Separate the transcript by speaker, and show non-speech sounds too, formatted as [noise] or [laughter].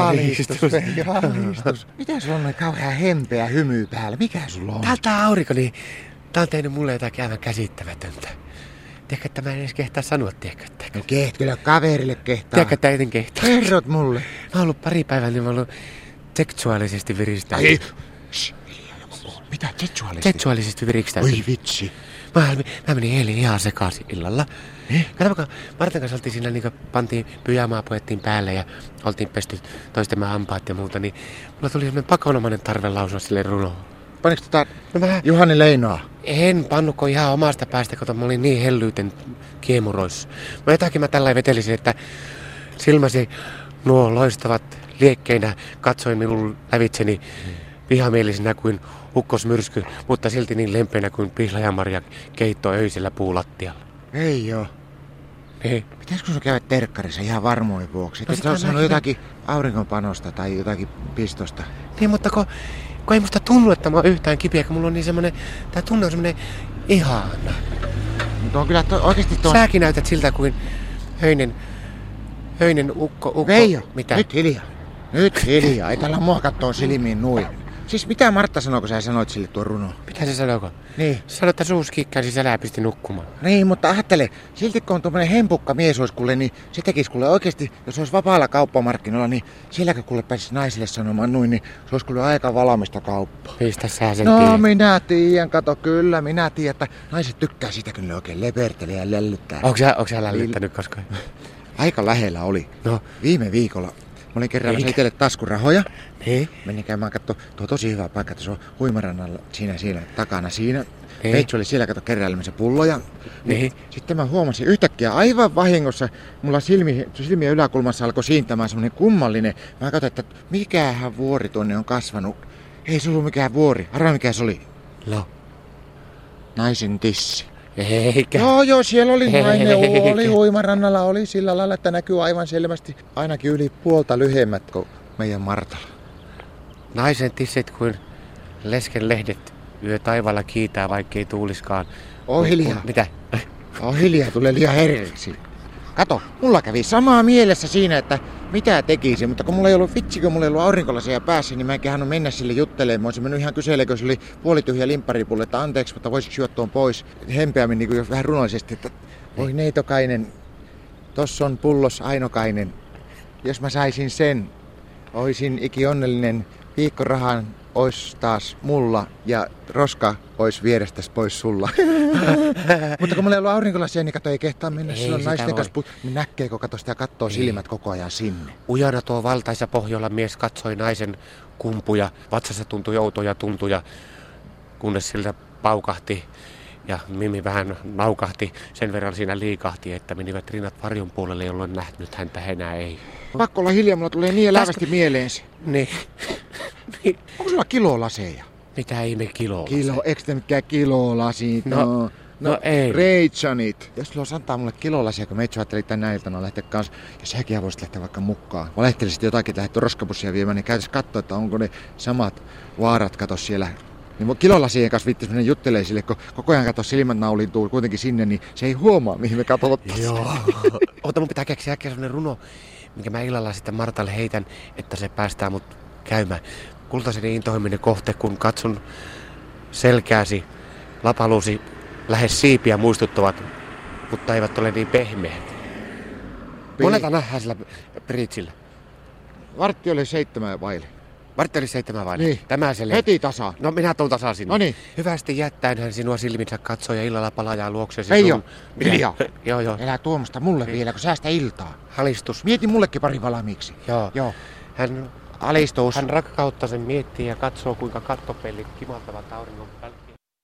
Speaker 1: Haalistus, Veijo, haalistus. Mitä sulla on kauhean hempeä hymy päällä? Mikä sulla on?
Speaker 2: Tältä aurinko, niin tää on tehnyt mulle jotakin aivan käsittämätöntä. Tiedätkö, että mä en edes kehtaa sanoa, tiedätkö, että...
Speaker 1: No keht, kyllä kaverille kehtaa.
Speaker 2: Tiedätkö, että en kehtaa.
Speaker 1: Kerrot mulle.
Speaker 2: Mä oon ollut pari päivää, niin mä oon ollut seksuaalisesti viristäytynyt.
Speaker 1: Ai, shh, hiljaa joku puhuu. Mitä seksuaalisesti?
Speaker 2: Seksuaalisesti
Speaker 1: Oi
Speaker 2: viristäytynyt.
Speaker 1: vitsi.
Speaker 2: Mä, mä menin eilen ihan sekaisin illalla.
Speaker 1: Eh?
Speaker 2: Kato, kun Martin kanssa oltiin siinä, niin pantiin pyjamaa, puettiin päälle ja oltiin pesty toistemme hampaat ja muuta, niin mulla tuli semmoinen pakonomainen tarve lausua sille runoon.
Speaker 1: Paneks tota
Speaker 2: No mä
Speaker 1: Juhani Leinoa?
Speaker 2: en pannutko ihan omasta päästä, kun mä olin niin hellyyten kiemuroissa. Mä jotakin mä tällä vetelisin, että silmäsi nuo loistavat liekkeinä katsoin minun lävitseni vihamielisenä kuin ukkosmyrsky, mutta silti niin lempeänä kuin pihlajamarja keitto öisellä puulattialla.
Speaker 1: Ei joo.
Speaker 2: Niin.
Speaker 1: Pitäisikö sun käydä terkkarissa ihan varmuuden vuoksi?
Speaker 2: No
Speaker 1: No, että
Speaker 2: sitä
Speaker 1: on
Speaker 2: mä
Speaker 1: saanut
Speaker 2: kyllä-
Speaker 1: jotakin auringonpanosta tai jotakin pistosta.
Speaker 2: Niin, mutta kun, kun ei musta tunnu, että mä oon yhtään kipeä, kun mulla on niin semmonen, tää tunne on semmonen ihana.
Speaker 1: Mutta on kyllä to, oikeasti tuon...
Speaker 2: Säkin näytät siltä kuin höinen, höinen ukko, ukko.
Speaker 1: Veijo,
Speaker 2: mitä?
Speaker 1: nyt hiljaa. Nyt hiljaa. Ei tällä mua kattoo silmiin nuin. Siis mitä Martta sanoi, kun sä sanoit sille tuon runon?
Speaker 2: Mitä se sanoiko?
Speaker 1: Niin.
Speaker 2: Sano, että suus kikkäisi sälää pisti nukkumaan.
Speaker 1: Niin, mutta ajattele, silti kun on tuommoinen hempukka mies olisi kuule, niin se tekisi kuule oikeasti, jos olisi vapaalla kauppamarkkinoilla, niin silläkö kuule pääsisi naisille sanomaan noin, niin se olisi kuule aika valmista kauppaa.
Speaker 2: Mistä sä sen
Speaker 1: No
Speaker 2: tiedät?
Speaker 1: minä tiedän, kato kyllä, minä tiedän, että naiset tykkää sitä kyllä oikein lepertelee ja lellyttää.
Speaker 2: Onko sä, onko sä
Speaker 1: Niin.
Speaker 2: lällittänyt koskaan?
Speaker 1: Aika lähellä oli.
Speaker 2: No,
Speaker 1: Viime viikolla mä olin keräämässä
Speaker 2: Eikä.
Speaker 1: itselle taskurahoja.
Speaker 2: niin.
Speaker 1: Menin käymään katto, tuo on tosi hyvä paikka, tuossa on huimarannalla siinä siinä takana siinä.
Speaker 2: Niin.
Speaker 1: Peitsu oli siellä kato keräilemässä pulloja.
Speaker 2: Niin.
Speaker 1: Sitten mä huomasin yhtäkkiä aivan vahingossa, mulla silmi, silmien yläkulmassa alkoi siintämään semmonen kummallinen. Mä katsoin, että mikähän vuori tuonne on kasvanut. Ei se ollut mikään vuori. Arvaa mikä se oli.
Speaker 2: No.
Speaker 1: Naisen tissi.
Speaker 2: Eikä.
Speaker 1: Joo, joo, siellä oli nainen,
Speaker 2: Eikä.
Speaker 1: oli huimarannalla, oli sillä lailla, että näkyy aivan selvästi ainakin yli puolta lyhyemmät kuin meidän Martalla.
Speaker 2: Naisen tissit kuin lesken lehdet yö taivaalla kiitää, vaikkei tuuliskaan.
Speaker 1: Oo hiljaa.
Speaker 2: Kun- Mitä?
Speaker 1: On hiljaa, tulee liian herriksi. Kato, mulla kävi samaa mielessä siinä, että mitä tekisi, mutta kun mulla ei ollut vitsi, kun mulla ei ollut aurinkolaseja päässä, niin mä enkä hannut mennä sille juttelemaan. Mä olisin mennyt ihan kyselemään, kun se oli puolityhjä limpparipullo, että anteeksi, mutta voisitko syödä tuon pois hempeämmin niin kuin vähän runoisesti, että
Speaker 2: Niin.
Speaker 1: voi neitokainen, tossa on pullos ainokainen. Jos mä saisin sen, oisin iki onnellinen, viikkorahan ois taas mulla ja roska ois vierestäs pois sulla. [laughs] Mutta kun mulla ei ollut aurinkolasia, niin kato ei kehtaa mennä
Speaker 2: Ei
Speaker 1: silloin
Speaker 2: sitä
Speaker 1: naisten
Speaker 2: voi.
Speaker 1: kanssa. Pu- niin näkee, kun kato sitä ja kattoo
Speaker 2: Niin.
Speaker 1: silmät koko ajan sinne.
Speaker 2: Ujana tuo valtaisa Pohjolan mies katsoi naisen kumpuja. Vatsassa tuntui outoja tuntuja, kunnes siltä paukahti ja Mimi vähän naukahti. Sen verran siinä liikahti, että menivät rinnat varjon puolelle, jolloin nähnyt häntä enää ei.
Speaker 1: Pakko olla hiljaa, mulla tulee niin elävästi mieleen se.
Speaker 2: Niin,
Speaker 1: Onko sulla kilolaseja?
Speaker 2: mitä ihme kiloa?
Speaker 1: Kilo, eikö te mikään kilolasit?
Speaker 2: No, no ei.
Speaker 1: Reitsanit. Jos sulla olisi antaa mulle kilolasia, kun meitsi ajattelin tänä iltana lähteä kanssa, ja säkin voisit lähteä vaikka mukaan. Valehtelisit jotakin, että lähdet roskapussia viemään, niin käytäis katsoa, että onko ne samat vaarat kato siellä. Niin mun kilolasien kanssa vittis mennä juttelee sille, kun koko ajan kato silmät naulintuu kuitenkin sinne, niin se ei huomaa, mihin me katsotaan.
Speaker 2: Joo. [laughs] Ota, mun pitää keksiä äkkiä sellainen runo, minkä mä illalla sitten Martalle heitän, että se päästää mut käymään. Kultaisen intohiminen kohte, kun katson selkääsi, lapaluusi lähes siipiä muistuttavat, mutta eivät ole niin pehmeät. Monelta nähdään sillä pritsillä.
Speaker 1: Vartti oli seitsemän vaille.
Speaker 2: Vartti oli seitsemän vai?
Speaker 1: Niin.
Speaker 2: Tämä se
Speaker 1: Heti tasaan.
Speaker 2: No minä tuun tasan sinne.
Speaker 1: Noniin.
Speaker 2: Hyvästi jättäen hän sinua silminsä katsoo ja illalla palajaa luoksesi.
Speaker 1: Ei
Speaker 2: sun-
Speaker 1: oo. Hiljaa.
Speaker 2: joo, joo.
Speaker 1: Elää tuommoista mulle vielä, kun säästä iltaa.
Speaker 2: Halistus.
Speaker 1: Mieti mullekin pari valmiiksi.
Speaker 2: Joo.
Speaker 1: Joo.
Speaker 2: Hän
Speaker 1: Alistus.
Speaker 2: Hän rakkautta sen miettii ja katsoo, kuinka kattopellit kimaltavat auringon päälle.